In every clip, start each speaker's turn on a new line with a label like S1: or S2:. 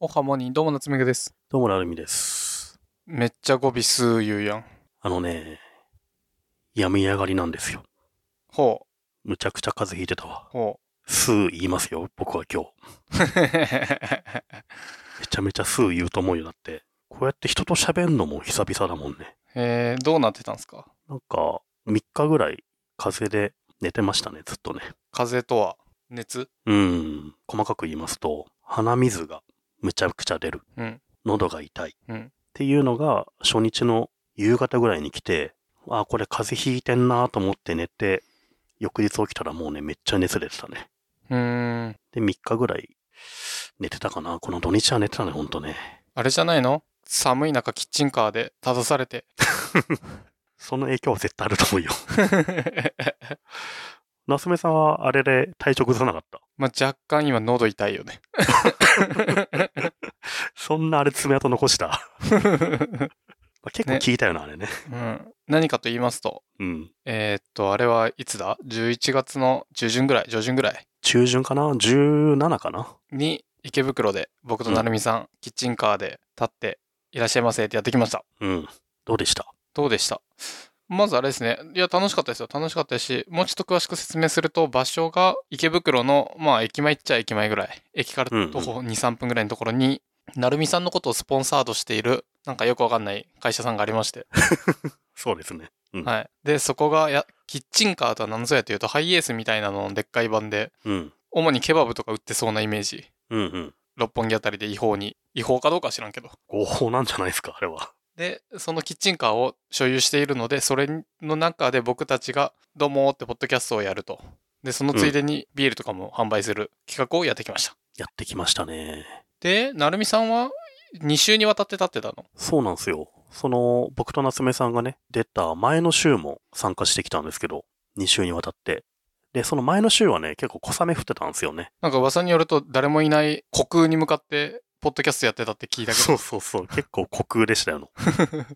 S1: おはもにどうもなつめぐです。
S2: どうもなるみです。
S1: めっちゃ語尾数言うやん。
S2: あのね、病み上がりなんですよ。
S1: ほ
S2: むちゃくちゃ風邪ひいてたわ
S1: う。。ほ
S2: 数言いますよ、僕は今日。
S1: う。へ
S2: めちゃめちゃ数言うと思うよ。だって、こうやって人と喋んのも久々だもんね。
S1: えー、どうなってたんすか
S2: なんか、3日ぐらい風邪で寝てましたね、ずっとね。
S1: 風邪とは熱
S2: うん。細かく言いますと、鼻水がむちゃくちゃ出る。
S1: うん
S2: 喉が痛い。
S1: うん
S2: っていうのが、初日の夕方ぐらいに来て、あー、これ風邪ひいてんなーと思って寝て、翌日起きたらもうね、めっちゃ熱出てたね。
S1: うーん。
S2: で、3日ぐらい寝てたかな。この土日は寝てたね、ほんとね。
S1: あれじゃないの寒い中キッチンカーで立たされて。
S2: その影響は絶対あると思うよ。 夏目さんはあれで体調崩さなかった。
S1: まあ、若干今喉痛いよね。
S2: そんなあれ爪痕残 した。まあ結構
S1: ね
S2: 効いたよな、あれね。
S1: うん、何かと言いますと、
S2: うん。
S1: えー、っと、あれはいつだ ?11 月の中旬ぐらい、上旬ぐらい
S2: 中旬かな ?17 かな
S1: に池袋で僕となるみさん、キッチンカーで立っていらっしゃいませってやってきました。
S2: うん。どうでした
S1: どうでしたまずあれですね。いや、楽しかったですよ。楽しかったし、もうちょっと詳しく説明すると、場所が池袋の、まあ、駅前っちゃ駅前ぐらい。駅から
S2: うんうん
S1: 徒歩2、3分ぐらいのところに、なるみさんのことをスポンサードしている、なんかよくわかんない会社さんがありまして。
S2: そうですね。うん
S1: はい。で、そこが、や、キッチンカーとは何ぞやというと、ハイエースみたいなののでっかい版で、
S2: うん。
S1: 主にケバブとか売ってそうなイメージ。
S2: うんうん。
S1: 六本木あたりで違法に。違法かどうかは知らんけど。
S2: 合法なんじゃないですか、あれは。
S1: で、そのキッチンカーを所有しているので、それの中で僕たちが、どうもーってポッドキャストをやると。で、そのついでにビールとかも販売する企画をやってきました。
S2: やってきましたね。
S1: で、なるみさんは2週にわたって立ってたの。
S2: そうなんですよ。その、僕と夏目さんがね、出た前の週も参加してきたんですけど、2週にわたって。で、その前の週はね、結構小雨降ってたんですよね。
S1: なんか噂によると、誰もいない虚空に向かって、ポッドキャストやってたって聞いたけど。
S2: そうそうそう。結構虚空でした よ。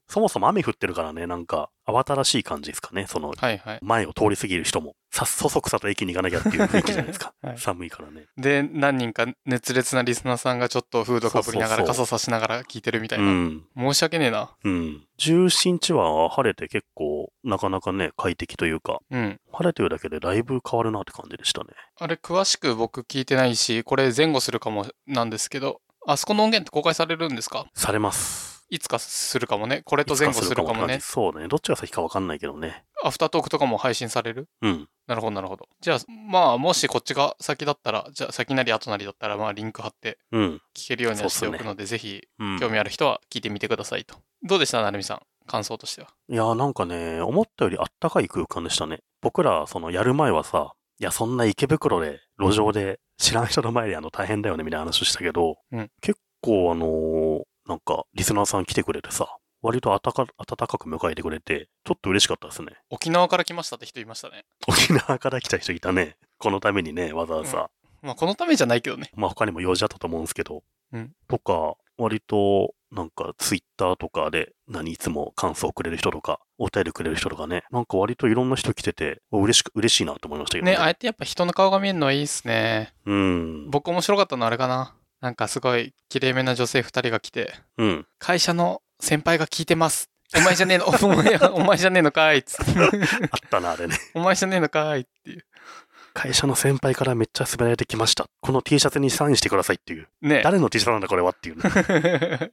S2: そもそも雨降ってるからね、なんか、慌ただしい感じですかね。その、
S1: はいはい。。
S2: 前を通り過ぎる人も、さっそそくさと駅に行かなきゃっていう雰囲気じゃないです か
S1: はい
S2: 寒いからね。
S1: で、何人か熱烈なリスナーさんがちょっとフードかぶりながら
S2: そうそ
S1: 傘さしながら聞いてるみたいうな。
S2: ん。
S1: 申し訳ねえな。
S2: うん。17日は晴れて結構、なかなかね、快適というか、
S1: うん。
S2: 晴れてるだけでだいぶ変わるなって感じでしたね。
S1: あれ、詳しく僕聞いてないし、これ前後するかもなんですけど、あそこの音源って公開されるんですか
S2: されます。
S1: いつかするかもね。これと前後するかも
S2: い
S1: ね
S2: つ。かもそうね。どっちが先かわかんないけどね。
S1: アフタートークとかも配信される
S2: うん。
S1: なるほど、なるほど。じゃあ、まあ、もしこっちが先だったら、じゃあ先なり後なりだったら、まあ、リンク貼って
S2: うん。
S1: 聞けるようにはしておく
S2: そ
S1: ので、ぜひ、
S2: うん、
S1: 興味ある人は聞いてみてくださいと。どうでした、なるみさん。感想としては。
S2: いやーなんかね、思ったよりあったかい空間でしたね。僕ら、その、やる前はさ、いや、そんな池袋で、路上で、知らん人の前であの、大変だよね、みたいな話をしたけど、
S1: うん
S2: 結構あのーなんか、リスナーさん来てくれてさ、割とあたか暖かく迎えてくれて、ちょっと嬉しかったですね。
S1: 沖縄から来ましたって人いましたね。
S2: 沖縄から来た人いたね。このためにね、わざわざ。
S1: まあ、このためじゃないけどね。
S2: まあ他にも用事あったと思うんですけど、
S1: うん
S2: とか、割と、なんかツイッターとかで、何いつも感想くれる人とか、お便りくれる人とかね、なんか割といろんな人来てて、嬉しく、嬉しいなと思いましたけどね。
S1: ね、あえてやっぱ人の顔が見えるのはいいっすね。
S2: うん。
S1: 僕面白かったのはあれかな。なんかすごい、綺麗めな女性二人が来て、
S2: うん。
S1: 会社の先輩が聞いてます。お前じゃ ねえの、お前は、お前じゃねえのかいっつって。
S2: あったな、あ れね。
S1: お前じゃねえのかいっていう。
S2: 会社の先輩からめっちゃ勧められてきました。この T シャツにサインしてくださいっていう。
S1: ね
S2: 誰の T シャツなんだこれはっていうね、あっ
S1: い
S2: たな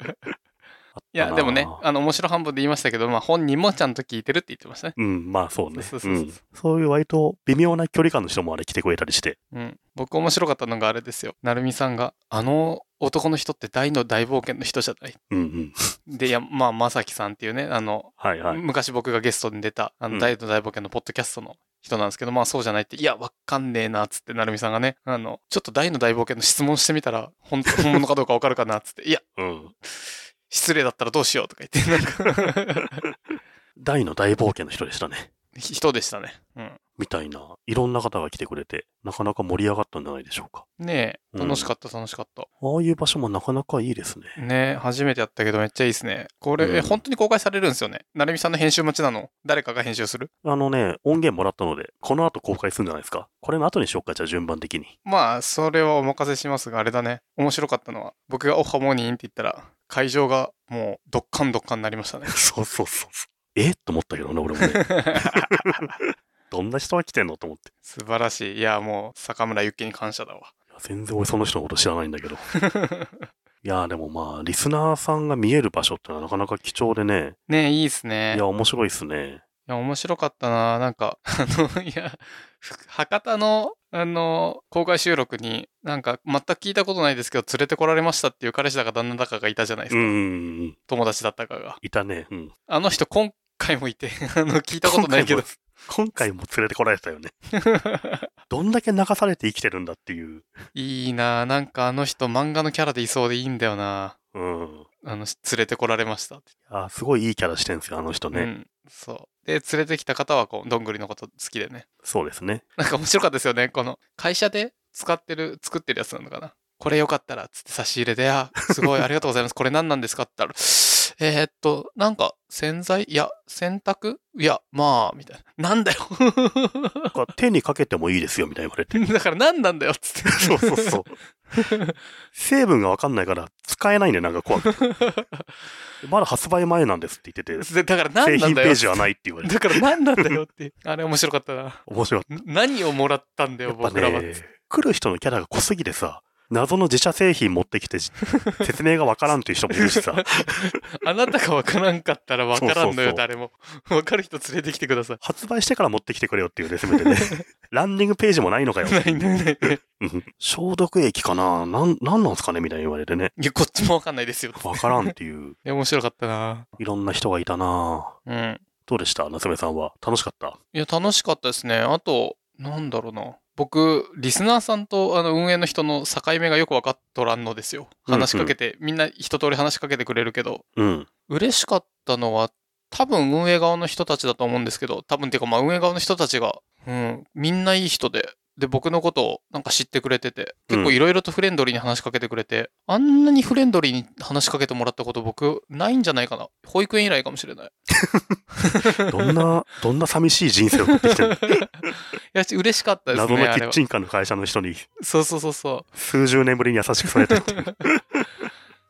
S1: や、でもね、あの、面白半分で言いましたけど、まあ、本人もちゃんと聞いてるって言ってましたね。
S2: うん、まあそうね。
S1: そうそうそうそう
S2: うんそういう割と微妙な距離感の人もあれ来てくれたりして。
S1: うん。僕面白かったのがあれですよ。なるみさんが、あの男の人って大の大冒険の人じゃない。
S2: うんうん。
S1: で、いや、まあ、まさきさんっていうね、あの、
S2: はいはい。
S1: 昔僕がゲストに出た、あ
S2: う
S1: の、
S2: ん
S1: 大の大冒険のポッドキャストの人なんですけど、まあそうじゃないって、いや、わかんねえな、っつって、なるみさんがね、あの、ちょっと大の大冒険の質問してみたら、本 当本物かどうかわかるかな、っつって、いや、
S2: うん。
S1: 失礼だったらどうしようとか言って、なんか、
S2: 大の大冒険の人でしたね。
S1: 人でしたね。うん。
S2: みたいな、いろんな方が来てくれて、なかなか盛り上がったんじゃないでしょうか。
S1: ねえ、
S2: うん
S1: 楽しかった、楽しかった。
S2: ああいう場所もなかなかいいですね。
S1: ねえ、初めてやったけどめっちゃいいですね。これ、
S2: うん
S1: え、本当に公開されるんですよね。成美さんの編集待ちなの誰かが編集する
S2: あのね、音源もらったので、この後公開するんじゃないですか。これの後にしよっか、じゃあ順番的 に。。
S1: まあ、それはお任せしますが、あれだね。面白かったのは、僕がオッハモーニンって言ったら、会場がもう、ドッカンドッカンになりましたね
S2: そうそうそうそう。えっと思ったけどね、俺もね。どんな人が来てんのと思って。
S1: 素晴らしい。いや、もう、坂村ゆっきに感謝だわ。
S2: いや全然俺その人のこと知らないんだけど。いやーでもまあ、リスナーさんが見える場所ってのはなかなか貴重でね。
S1: ねえ、いいっすね。
S2: いや、面白いっすね。
S1: いや、面白かったな。なんか、あの、いや、ふ博多の、あの、公開収録に、なんか、全く聞いたことないですけど、連れてこられましたっていう彼氏だか旦那だかがいたじゃないで
S2: う
S1: す
S2: ん
S1: か。
S2: うんうん。
S1: 友達だったかが。
S2: いたね。うん。
S1: あの人、今回もいて、 あの、聞いたことないけど。
S2: 今回も連れてこられてたよね。 どんだけ流されて生きてるんだっていう。
S1: いいな。なんか、あの人、漫画のキャラでいそうでいいんだよな。
S2: うん。
S1: あの、し連れてこられましたって。
S2: あすごいいいキャラしてんすよ、あの人ね。
S1: うん。そう。で、連れてきた方は、こう、どんぐりのこと好きでね。
S2: そうですね。
S1: なんか面白かったですよね。この会社で使ってる、作ってるやつなのかな。これよかったら、つって差し入れで、あ、す ごい、ありがとうございます。これ何なんですかって言ったら、えーっと、なんか、洗剤いや、洗濯いや、まあ、みたいな。なんだよ。
S2: なんか手にかけてもいいですよ、みたいに言われて。
S1: だから何なんだよ、つって。
S2: そうそうそう。成分がわかんないから使えないんで、なんか怖 くて。まだ発売前なんですって言って
S1: で
S2: て、
S1: だから
S2: 製
S1: 何なん
S2: 品ペ
S1: だよ。
S2: ージはないって言われて。
S1: だから何なんだよって。あれ面白かったな。
S2: 面白い。
S1: ん何をもらったんだ
S2: や
S1: よ、
S2: っぱ
S1: 僕らは。
S2: ね、来る人のキャラが濃すぎてさ、謎の自社製品持ってきて、説明がわからんっていう人もいるしさ、
S1: あなたが分からんかったら分からんの
S2: そうそうそ
S1: よ、
S2: う
S1: 誰も。分かる人連れてきてください。
S2: 発売してから持ってきてくれよっていうね、せめてね。ランディングページもないのかよ。
S1: ない ないないない。
S2: うん消毒液かななん、なんなんすかねみたいに言われてね。
S1: いや、こっちも分かんないですよ。
S2: わからんっていう、
S1: いや、面白かったな。
S2: いろんな人がいたな
S1: うん。
S2: どうでした夏目さんは。楽しかった
S1: いや、楽しかったですね。あと、なんだろうな。僕、リスナーさんとあの運営の人の境目がよく分かっとらんのですよ。話しかけて、みんな一通り話しかけてくれるけど、
S2: うん。
S1: 嬉しかったのは、多分運営側の人たちだと思うんですけど、多分っていうか、まあ運営側の人たちが、うん、みんないい人で、で、僕のことをなんか知ってくれてて、結構いろいろとフレンドリーに話しかけてくれて、あんなにフレンドリーに話しかけてもらったこと僕、ないんじゃないかな。保育園以来かもしれない。
S2: どんな、どんな寂しい人生を送ってきてるの
S1: いや、嬉しかったです
S2: 謎の
S1: ね。あ
S2: キ
S1: れ
S2: ッ
S1: は
S2: チンカーの会社の人に
S1: そうそうそうそ
S2: 数十年ぶりに優しくされたって いう。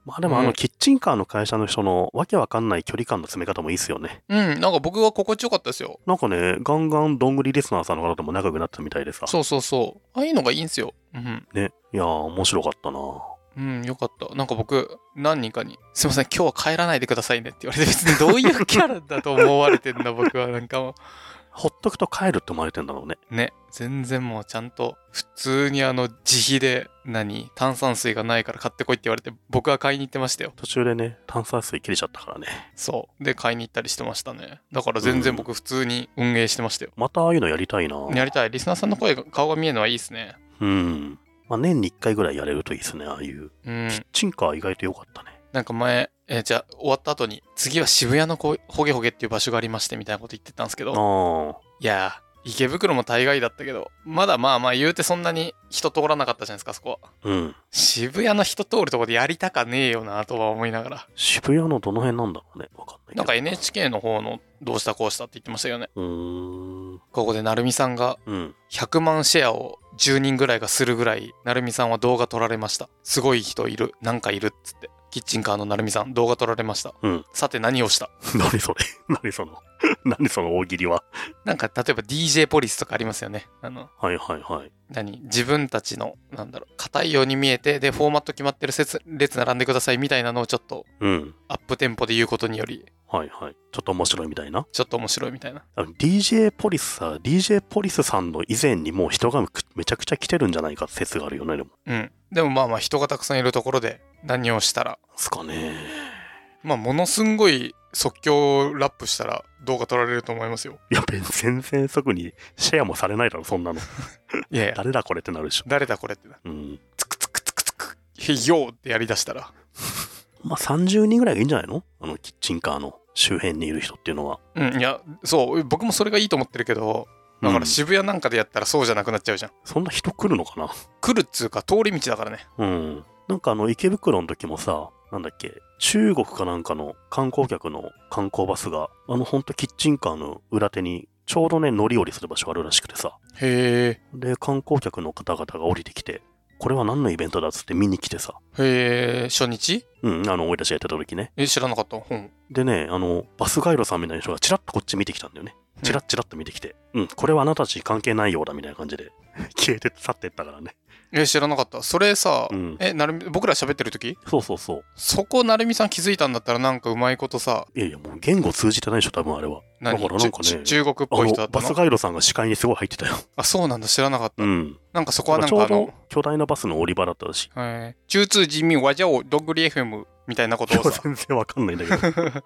S2: まあでもあ
S1: う
S2: の
S1: ん
S2: キッチンカーの会社の人のわけわかんない距離感の詰め方もいいっすよね。
S1: う。うん、なんか僕は心地よかったですよ。
S2: なんかね、ガンガンどんぐりリスナーさんの方とも仲良くなったみたいでさ。
S1: そうそうそう。ああいうのがいいんですよ。うん。
S2: ね。いやー面白かったな
S1: うん、よかった。なんか僕、何人かに、すいません、今日は帰らないでくださいねって言われて、別にどういうキャラだと思われてんだ、僕は。なんかも
S2: ほっとくと帰るって思われてんだろうね。
S1: う。ね、全然もうちゃんと、普通にあの、自費で、何、炭酸水がないから買ってこいって言われて、僕は買いに行ってましたよ。
S2: 途中でね、炭酸水切れちゃったからね。
S1: そう。で、買いに行ったりしてましたね。だから全然僕、普通に運営してましたよ。
S2: またああいうのやりたいな
S1: やりたい。リスナーさんの声が、顔が見えるのはいいですね。
S2: うん。まあ年に一回ぐらいやれるといいですね、ああいう。
S1: うん
S2: キ。ッチンカー意外と良かったね。
S1: なんか前、えーじゃあ終わった後に、次は渋谷のこほげほげっていう場所がありましてみたいなこと言ってたんですけど、
S2: ああ。
S1: いやー、池袋も大概だったけど、まだまあまあ言うてそんなに人通らなかったじゃないですか、そこは。
S2: うん。
S1: 渋谷の人通るとこでやりたかねえよなとは思いながら、
S2: 渋谷のどの辺なんだろうね。わかんないけど。
S1: なんか NHK の方のどうしたこうしたって言ってましたよね。
S2: うーん。
S1: ここで成美さんが
S2: うん。
S1: 100万シェアを10人ぐらいがするぐらい、成美さんは動画撮られました。すごい人いる、なんかいるっつって。キッチンカーの成美さん、動画撮られました。
S2: うん
S1: さて何をした
S2: 何それ 何その何その大喜利は
S1: なんか例えば DJ ポリスとかありますよね。あの、
S2: はいはいはい。
S1: 何自分たちの、なんだろう、硬いように見えて、で、フォーマット決まってる列列並んでくださいみたいなのをちょっと
S2: うん。
S1: アップテンポで言うことにより、
S2: はいはい。ちょっと面白いみたいな。
S1: ちょっと面白いみたいな。
S2: あの DJ ポリスさ、DJ ポリスさんの以前にもう人がくめちゃくちゃ来てるんじゃないかって説があるよね、でも。
S1: うん。でもまあまあ人がたくさんいるところで何をしたら、
S2: すかね。
S1: まあものすんごい即興ラップしたら動画撮られると思いますよ。
S2: いや、べ全然即にシェアもされないだろ、そんなの。
S1: いやいや、
S2: 誰だこれってなるでしょ。
S1: 誰だこれってな。
S2: うん。
S1: つくつくつくつく、へいよーってやりだしたら。
S2: まあ、30人ぐらいがいいんじゃないのあの、キッチンカーの周辺にいる人っていうのは。
S1: うん、いや、そう、僕もそれがいいと思ってるけど、だから
S2: うん
S1: 渋谷なんかでやったらそうじゃなくなっちゃうじゃん。
S2: そんな人来るのかな
S1: 来るっつうか通り道だからね。
S2: うん。なんかあの池袋の時もさ、なんだっけ、中国かなんかの観光客の観光バスが、あのほんとキッチンカーの裏手に、ちょうどね、乗り降りする場所あるらしくてさ。
S1: へ
S2: で、観光客の方々が降りてきて、これは何のイベントだっつって見に来てさ。
S1: え。へえ。初日
S2: うん、あの、俺たちがやってた時ね。
S1: え、知らなかった。うん。
S2: でね、あの、バスガイドさんみたいな人がチラッとこっち見てきたんだよね。チラッチラッと見てきて、うん、これはあなたたち関係ないようだみたいな感 じで、消えて去ってったからね。
S1: え、知らなかった。それさ、
S2: うん。
S1: え、なるみ、僕ら喋ってる時
S2: そうそうそう。
S1: そこ、なるみさん気づいたんだったらなんかうまいことさ、
S2: いやいや、もう言語通じてないでしょ、多分あれは。
S1: 何
S2: だからなんかね
S1: ちち中国っ
S2: あ
S1: ぽい人だ
S2: の
S1: った
S2: バ
S1: の
S2: スガイドさんが視界にすごい入っ てたよ。
S1: あ、そうなんだ。知らなかった。
S2: うん。
S1: なんかそこはなん
S2: ちょ
S1: か
S2: う
S1: あの
S2: ど、巨大なバスの降り場だったし。
S1: えー中通人民和じゃおどんぐり FM みたいなことをさ、
S2: 全然わかんないんだけど。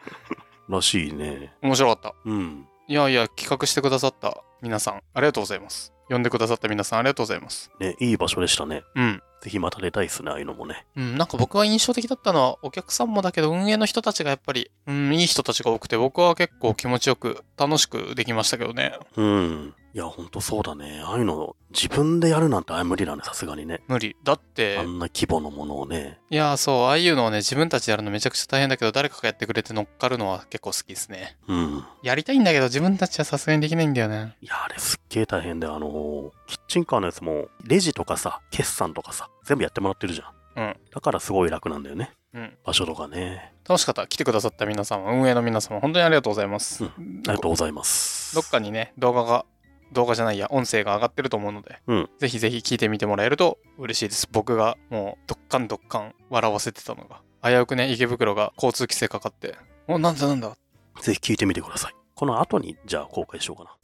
S2: らしいね。
S1: 面白かった。
S2: うん。
S1: いやいや、企画してくださった皆さん、ありがとうございます。呼んでくださった皆さん、ありがとうございます。
S2: ね、いい場所でしたね。
S1: うん。
S2: ぜひまた出たいっすね、ああいうのもね。
S1: うん、なんか僕は印象的だったのは、お客さんもだけど、運営の人たちがやっぱり、うん、いい人たちが多くて、僕は結構気持ちよく、楽しくできましたけどね。
S2: うん。いや、ほんとそうだね。ああいうの、自分でやるなんてあれ無理だね、さすがにね。
S1: 無理。だって
S2: あ、んな規模のものをね。
S1: いや、そう、ああいうのをね、自分たちでやるのめちゃくちゃ大変だけど、誰かがやってくれて乗っかるのは結構好きですね。
S2: うん。
S1: やりたいんだけど、自分たちはさすがにできないんだよね。
S2: いや、あれすっげえ大変で、あのーキッチンカーのやつも、レジとかさ、決算とかさ、全部やってもらってるじゃん。
S1: うん。
S2: だからすごい楽なんだよね。
S1: うん。
S2: 場所とかね。
S1: 楽しかった。来てくださった皆様、運営の皆様、本当にありがとうございます。
S2: うありがとうございます。
S1: どっかにね、動画が、動画じゃないや、音声が上がってると思うので、
S2: うん
S1: ぜひぜひ聞いてみてもらえると嬉しいです。僕がもう、どっかんどっかん笑わせてたのが、危うくね、池袋が交通規制かかって、お、なんだなんだ
S2: ぜひ聞いてみてください。この後に、じゃあ公開しようかな。